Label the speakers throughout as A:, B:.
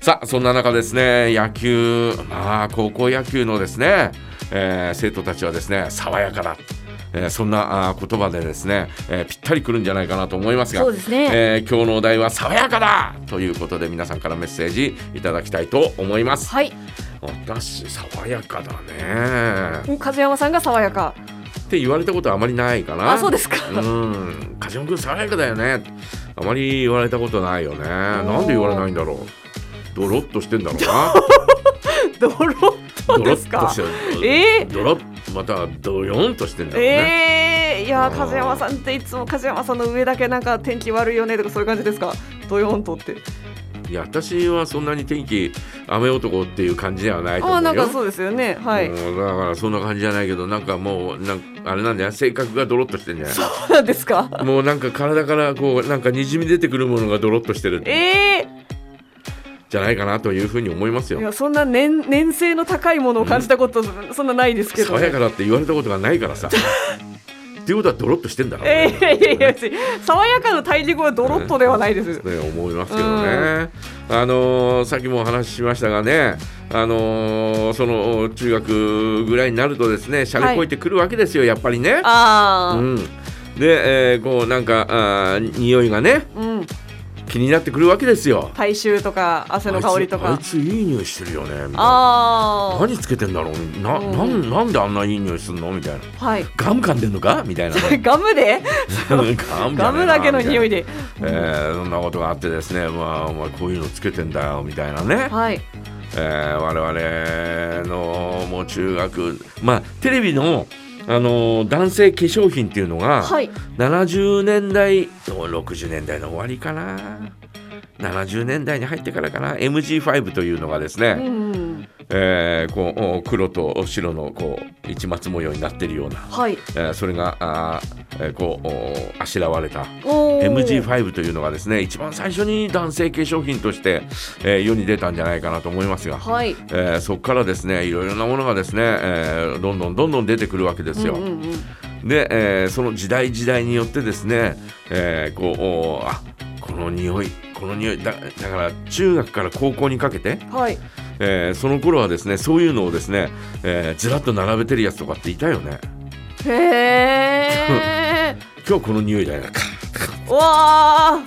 A: さあそんな中ですね野球まあ高校野球のですね、えー生徒たちはですね爽やかだ、えーそんなあー言葉でですね、えーぴったりくるんじゃないかなと思いますが
B: そうですね
A: えー今日のお題は爽やかだということで皆さんからメッセージいただきたいと思います。
B: はい
A: 私爽やかだね
B: 梶山さんが爽やか
A: っ て言われたことはあまりないかな
B: あそうですか
A: うん梶山君爽やかだよねあまり言われたことないよねなんで言われないんだろうドロッとしてんだろうな
B: ドロッ
A: ド
B: と
A: ロ
B: です
A: ッと
B: か
A: してる
B: えー
A: ドロッまたはドヨンとしてんだろうね、
B: えー、いやー梶山さんっていつも梶山さんの上だけなんか天気悪いよねとかそういう感じですかドヨンとって
A: いや私はそんなに天気雨男っていう感じではないと思
B: あ
A: う
B: あ
A: よ
B: なんかそうですよねはい、
A: うんだからそんな感じじゃないけどなんかもうなんかあれなんだよ性格がドロッとしてんじゃない
B: そうなんですか
A: もうなんか体からこうなんかにじみ出てくるものがドロッとしてるん
B: ええ
A: じゃないかなというふうに思います
B: い
A: よ。
B: やそんな年年性の高いものを感じたこと、そんなないですけど
A: 爽やかだって言われたことがないからさ。っていうことはドロッとしてんだろう
B: え
A: ね。
B: ー、いやいやいや別に爽やかの大陸はドロッとではないです、
A: ね、思いますけどね、あのーさっきもお話ししましたがね、あのーその中学ぐらいになるとですねしゃれこいてくるわけですよ、やっぱりね。
B: ああ
A: うん、で、えーこうなんかあー匂いがね
B: うん、
A: 気になってくるわけですよ。
B: 体臭とか汗の香りと
A: あ
B: か
A: いつあいついい匂いしてるよねみたいな
B: ああ
A: 何つけてんだろうな
B: うん
A: なんなんであんないい匂いするのみたいな
B: はい
A: ガム噛んでんのかみたいなね
B: ガムで
A: ガムじゃねえな
B: ガムだけの匂いで
A: みたいなえーそんなことがあってですねまあお前こういうのつけてんだよみたいなね、
B: はい
A: えー我々のもう中学まあテレビのあのー男性化粧品っていうのが、
B: はい
A: 70年代60年代の終わりかな70年代に入ってからかな MG5 というのがですね、
B: うん
A: えーこうお黒と白のこう市松模様になってるような、
B: はい
A: えーそれがあー、えーこうおあしらわれた
B: おお
A: MG5 というのがですね一番最初に男性化粧品として、えー世に出たんじゃないかなと思いますが、
B: はい
A: えーそこからですねいろいろなものがですね、えーどんどんどんどん出てくるわけですよ。
B: うんうんうん
A: で、えーその時代時代によってですね、えーこうおあこの匂いこの匂いだだから中学から高校にかけて、
B: はい
A: えーその頃はですねそういうのをですね、えーずらっと並べてるやつとかっていたよね
B: へえ
A: 今日この匂いだよなカ
B: わあ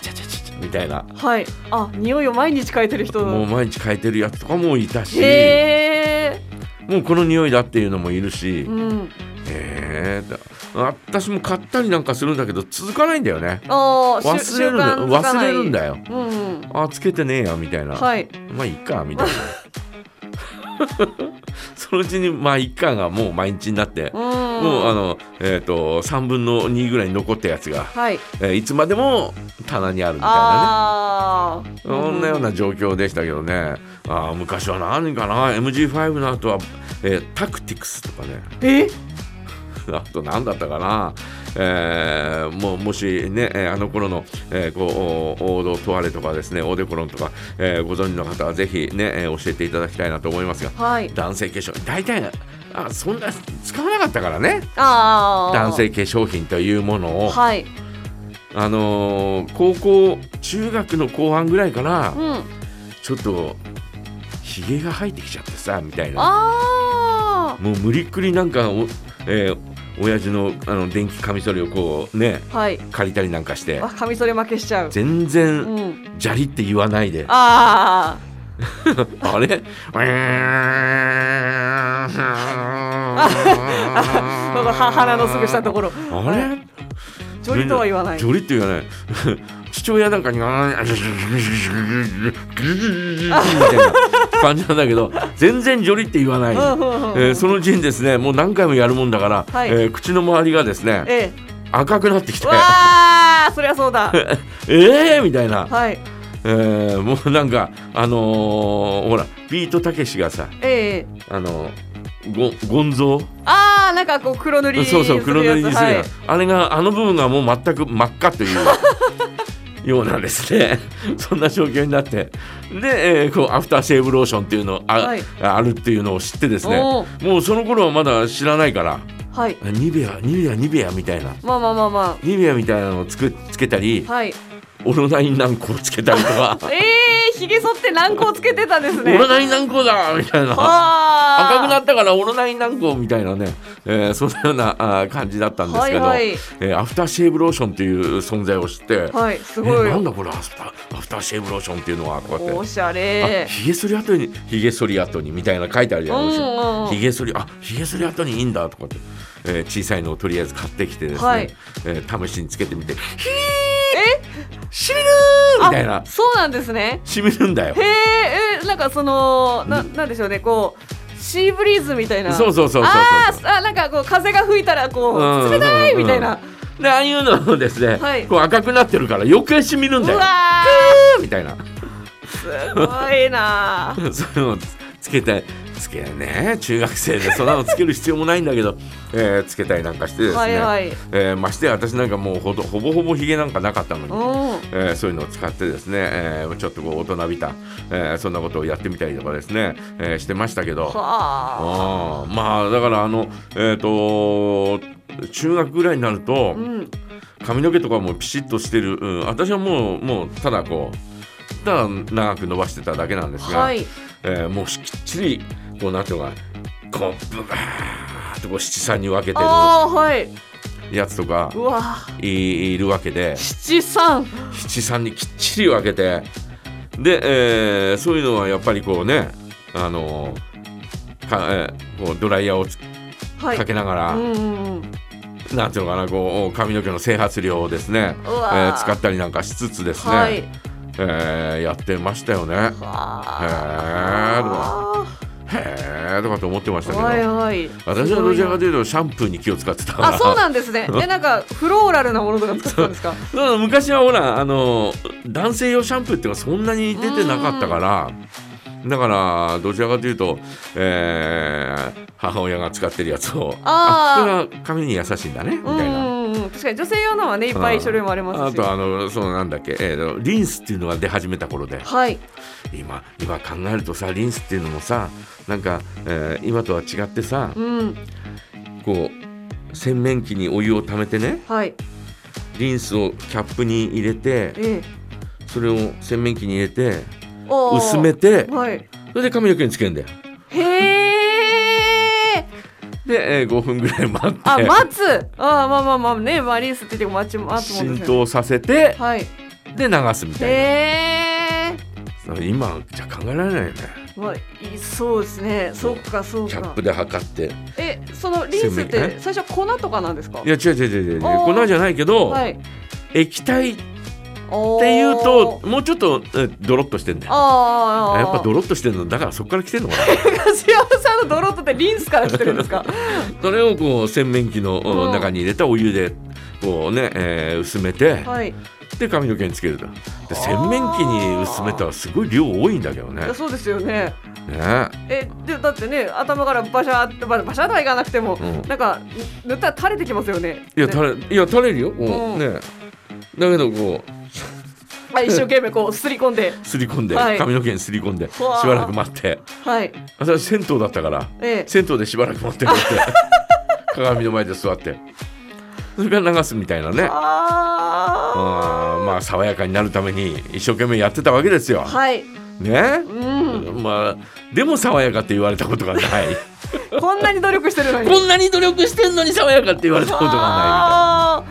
A: チャチャチャチャチャみたいな
B: はいあ匂いを毎日変えてる人
A: もう毎日変えてるやつとかもいたし
B: へえ
A: もうこの匂いだっていうのもいるし、
B: うん
A: えーだ私も買ったりなんかするんだけど続かないんだよね
B: ああ
A: 忘れるんだよ忘れるんだよ
B: うんうん
A: あつけてねえやみたいな、
B: はい
A: まあいいかみたいな そのうちにまあいっかがもう毎日になって、
B: うん
A: もうあのえっ、と3分の2ぐらいに残ったやつが
B: はい
A: えーいつまでも棚にあるみたいなね
B: ああ
A: そんなような状況でしたけどねあー昔は何かな MG5 の後は、えータクティクスとかね
B: え
A: あと何だったかな、えーもうもしねえーあの頃の、えーこうお王道トワレとかですねオーデコロンとか、えーご存知の方はぜひね、えー教えていただきたいなと思いますが
B: はい
A: 男性化粧品大体あそんな使わなかったからね
B: ああ
A: 男性化粧品というものを。
B: はい
A: あのー高校中学の後半ぐらいから
B: うん
A: ちょっとひげが生えてきちゃってさみたいな
B: あ
A: もう無理っくりなんかお、えー親父のあの電気カミソリをこうね
B: あはい
A: 借りたりなんかして
B: あカミソリ負けしちゃう
A: 全
B: う
A: 然
B: ん
A: 「じゃり」って言わないで
B: あ
A: あれ
B: あ なんかは鼻のすぐ下のところ
A: あれ
B: ジョリとは言わない
A: ジョリって言わない父親なんかに言わないみたいな感じなんだけど全然ジョリって言わない、
B: うんうんうん
A: えーそのうちにですねもう何回もやるもんだから、
B: はい
A: えー口の周りがですね
B: え
A: 赤くなってき
B: え
A: て
B: わあそりゃそ うだ
A: 「えー!」みたいな、
B: はい
A: えーもうなんかあのーほらビートたけしがさ
B: ええ
A: あのーゴゴンゾー
B: ああなんかこう黒塗り
A: そうそう黒塗りにするやつ、
B: はい
A: あれがあの部分がもう全く真っ赤という ようなんですね そんな状況になってで、えーこうアフターシェーブローションっていうのあ,、
B: はい
A: あるっていうのを知ってですね
B: お
A: もうその頃はまだ知らないから
B: はい
A: あニベアニベアニベアみたいな
B: まあまあまあま
A: ニベアみたいなのをつくつけたり
B: あはい
A: オロナイン軟膏をつけたりとか
B: ええひげ剃って軟膏つけてたん ですね
A: オロナイン軟膏だみたいな
B: あー
A: 赤くなったからオロナイン軟膏みたいなね、えーそんなようなあー感じだったんですけど、
B: はいはい
A: えーアフターシェーブローションっていう存在を知って、
B: はいす
A: え
B: ごい
A: なんだこれアフターアフターシェーブローションっていうのはこうやっ
B: お
A: て。
B: しゃ
A: あ
B: れ
A: ひげ剃り後にひげ剃り後にみたいな書いてあるじゃないです
B: うんうんう
A: か
B: ん
A: ひげ剃りあひげ剃り後にいいんだとかって、えー小さいのをとりあえず買ってきてですね、
B: はい
A: えー試しにつけてみてひ
B: え
A: しみるーみたいな
B: あそうなんですね
A: しみるんだよ
B: へーえなんかそのななんでしょうねこうシーブリーズみたいな
A: そうそうそうそうそう
B: あーあなんかこう風が吹いたらこ
A: うん
B: う冷たいみたいな、
A: でああいうのをですね、
B: はい
A: こう赤くなってるから余計しみるん
B: う
A: だよ
B: わ
A: えーみたいな
B: ーすごいなー
A: そういうのをつつけたいつけね中学生でそんなのつける必要もないんだけど、 えーつけたりなんかしてですね、
B: はいはい
A: えーましてや私なんかもうほどほぼほぼひげなんかなかったのに。
B: うん
A: えーそういうのを使ってですね、えーちょっとこう大人びた、えーそんなことをやってみたりとかですね、えーしてましたけど、
B: はあ
A: あーまあだからあのえっ、と中学ぐらいになると、
B: うん
A: 髪の毛とかもピシッとしてる、うん、私はもうもうただこうただ長く伸ばしてただけなんですが、
B: はい
A: えーもうしきっちりこうなんていうのかなこうブガーッとこう七三に分けて
B: あーはい
A: るやつとか
B: うわー
A: いいるわけで
B: 七三
A: 七三にきっちり分けてで、えーそういうのはやっぱりこうねあのーかえーこうドライヤーをつ
B: はい
A: かけながら、
B: うんうんうん
A: なんていうのかなこう髪の毛の整髪料をですね、え
B: うわ
A: ー使ったりなんかしつつですね、
B: はい
A: えーやってましたよね。
B: は
A: へえとかと思ってまし
B: ー
A: た
B: は
A: け
B: い
A: ど
B: はい
A: 私はどちらか
B: で
A: というとシャンプーに気を使ってたから
B: あそうなんですねえなんかフローラルなものとか使ってたん ですか
A: だから昔はほらあの男性用シャンプーっていうのはそんなに出てなかったからだからどちらかというと、えー母親が使ってるやつを
B: あ
A: あこれは髪に優しいんだねみ
B: うん
A: たいな。
B: うんうん確かに女性用のはねいっぱい種類もありま
A: あ
B: すし
A: とあのそのなんだっけ、えーリンスっていうのが出始めた頃で
B: はい
A: 今今考えるとさリンスっていうのもさなんか、えー今とは違ってさ
B: うん
A: こう洗面器にお湯をためてね
B: はい
A: リンスをキャップに入れて
B: ええ
A: それを洗面器に入れて
B: おー
A: 薄めて
B: はい
A: それで髪の毛につけるんだよ
B: へえ
A: で、えー5分ぐらい待って
B: あ待つあーまあまあまあねマリースって言って待ち待つもん
A: 浸
B: ですね
A: 透させて
B: はい
A: で流すみ
B: へ
A: たい
B: え
A: な今じゃ考えられないよね
B: まあいそうですねそっかそう
A: キャ
B: か
A: ップで測ってい
B: えそのリンスっ
A: 洗面
B: て最初粉とかなんですか
A: や違う違う違う違う
B: あー
A: 粉じゃないけど、
B: はい
A: 液体って
B: おー
A: いうともうちょっと、えードロッとしてんだよ
B: ああ
A: やっぱド
B: ロ
A: ロッとしてるのだからそこから来てんのかな
B: 柏山さんのドロットってリンスから来てるんで すか
A: それをこう洗面器の
B: う
A: うん
B: ん
A: 中に入れたお湯でこうね、えー薄めて、
B: はい
A: で髪の毛につけるとで洗面器に薄めたらすごい量多いんだけどね
B: いやそうですよね
A: ね
B: えでだってね頭からバシャーってババシャーとはいかなくても、
A: うん
B: なんか塗ったら垂れてきますよね
A: いや
B: ね
A: 垂れいや垂れるよもう
B: うん
A: ねだけどこ
B: あ一生懸命こうすり込んで
A: うすり込んで、
B: はい
A: 髪の毛にすり込んでし
B: うわー
A: ばらく待って
B: はい
A: 私は銭湯だったから
B: ええ
A: 銭湯でしばらく待ってこうやって 鏡の前で座ってそれから流すみたいなね
B: あ
A: あーまあ爽やかになるために一生懸命やってたわけですよ
B: あ。はい
A: ね
B: うん
A: まあでも爽やかって言われたことがない
B: こんなに努力してるの に
A: こんなに努力してんのに爽やかって言われたことがない
B: あ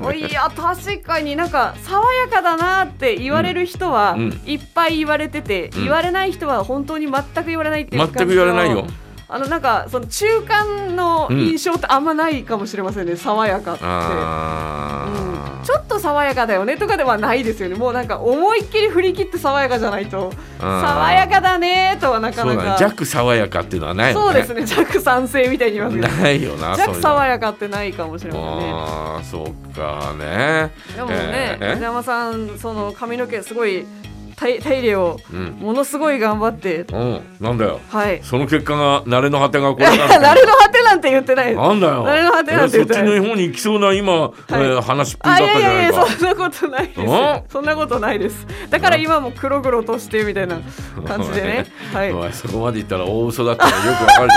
B: ーおいや確かになんか爽やかだなって言われる人は
A: うんうん
B: いっぱい言われてて、
A: ん
B: 言われない人は本当に全く言われないってい う
A: 全
B: 感じ
A: く言われないよ
B: あのなんかその中間の印象ってあんまないかもしれませんね、爽やかって。
A: あ
B: う
A: ー
B: んちょっと爽やかだよねとかではないですよねもうなんか思いっきり振り切って爽やかじゃないと
A: あー
B: 爽やかだねとはなか
A: そう
B: な
A: だね
B: か
A: 弱爽やかっていうのはない
B: そ
A: よ
B: う
A: ね
B: ですね弱賛成みたいに言いますけど
A: ないよな
B: 弱爽
A: や
B: やかってないかもしれませんね
A: ああーそうかね
B: でもね、
A: えー
B: 藤山さん、その髪の毛すごい手手入れを
A: うん
B: ものすごい頑張って、
A: うんなんだよ
B: はい。
A: その結果が慣れの果てがこれ
B: な
A: なの
B: れの果てなんて言ってないです。
A: なんだよ
B: 慣れの果てなん
A: そ
B: て言
A: っ
B: って
A: ち
B: ない
A: の方に行きそうな今、えー話っぷり
B: あい
A: だっ
B: や
A: た
B: い
A: じゃ
B: や
A: ないい
B: や
A: か
B: そんなことないです
A: うん
B: そんなことないですだから今も黒々としてみたいな 感じでねはい
A: おいそこまで行ったら大嘘だったのよくわかるじ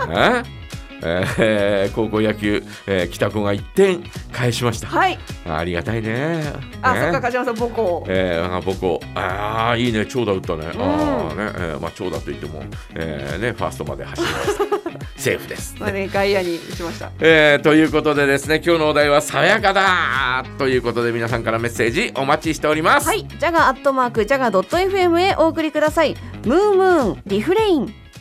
A: ゃないかええー高校野球、えー北高が1点返しました。
B: はい。
A: ありがたいね。
B: あ、
A: ね
B: そっか、梶山さん、母校。
A: えー、あ母校ああいいね長打打ったね、ああね、えーまあ長打といっても、えーねファーストまで走りましたセーフです、
B: まあね、外野に打ちました。
A: えーということでですね今日のお題は爽やかだということで皆さんからメッセージお待ちしております、
C: はい、ジャガアットマークジャガドット FM へお送りください。ムームーンリフレイン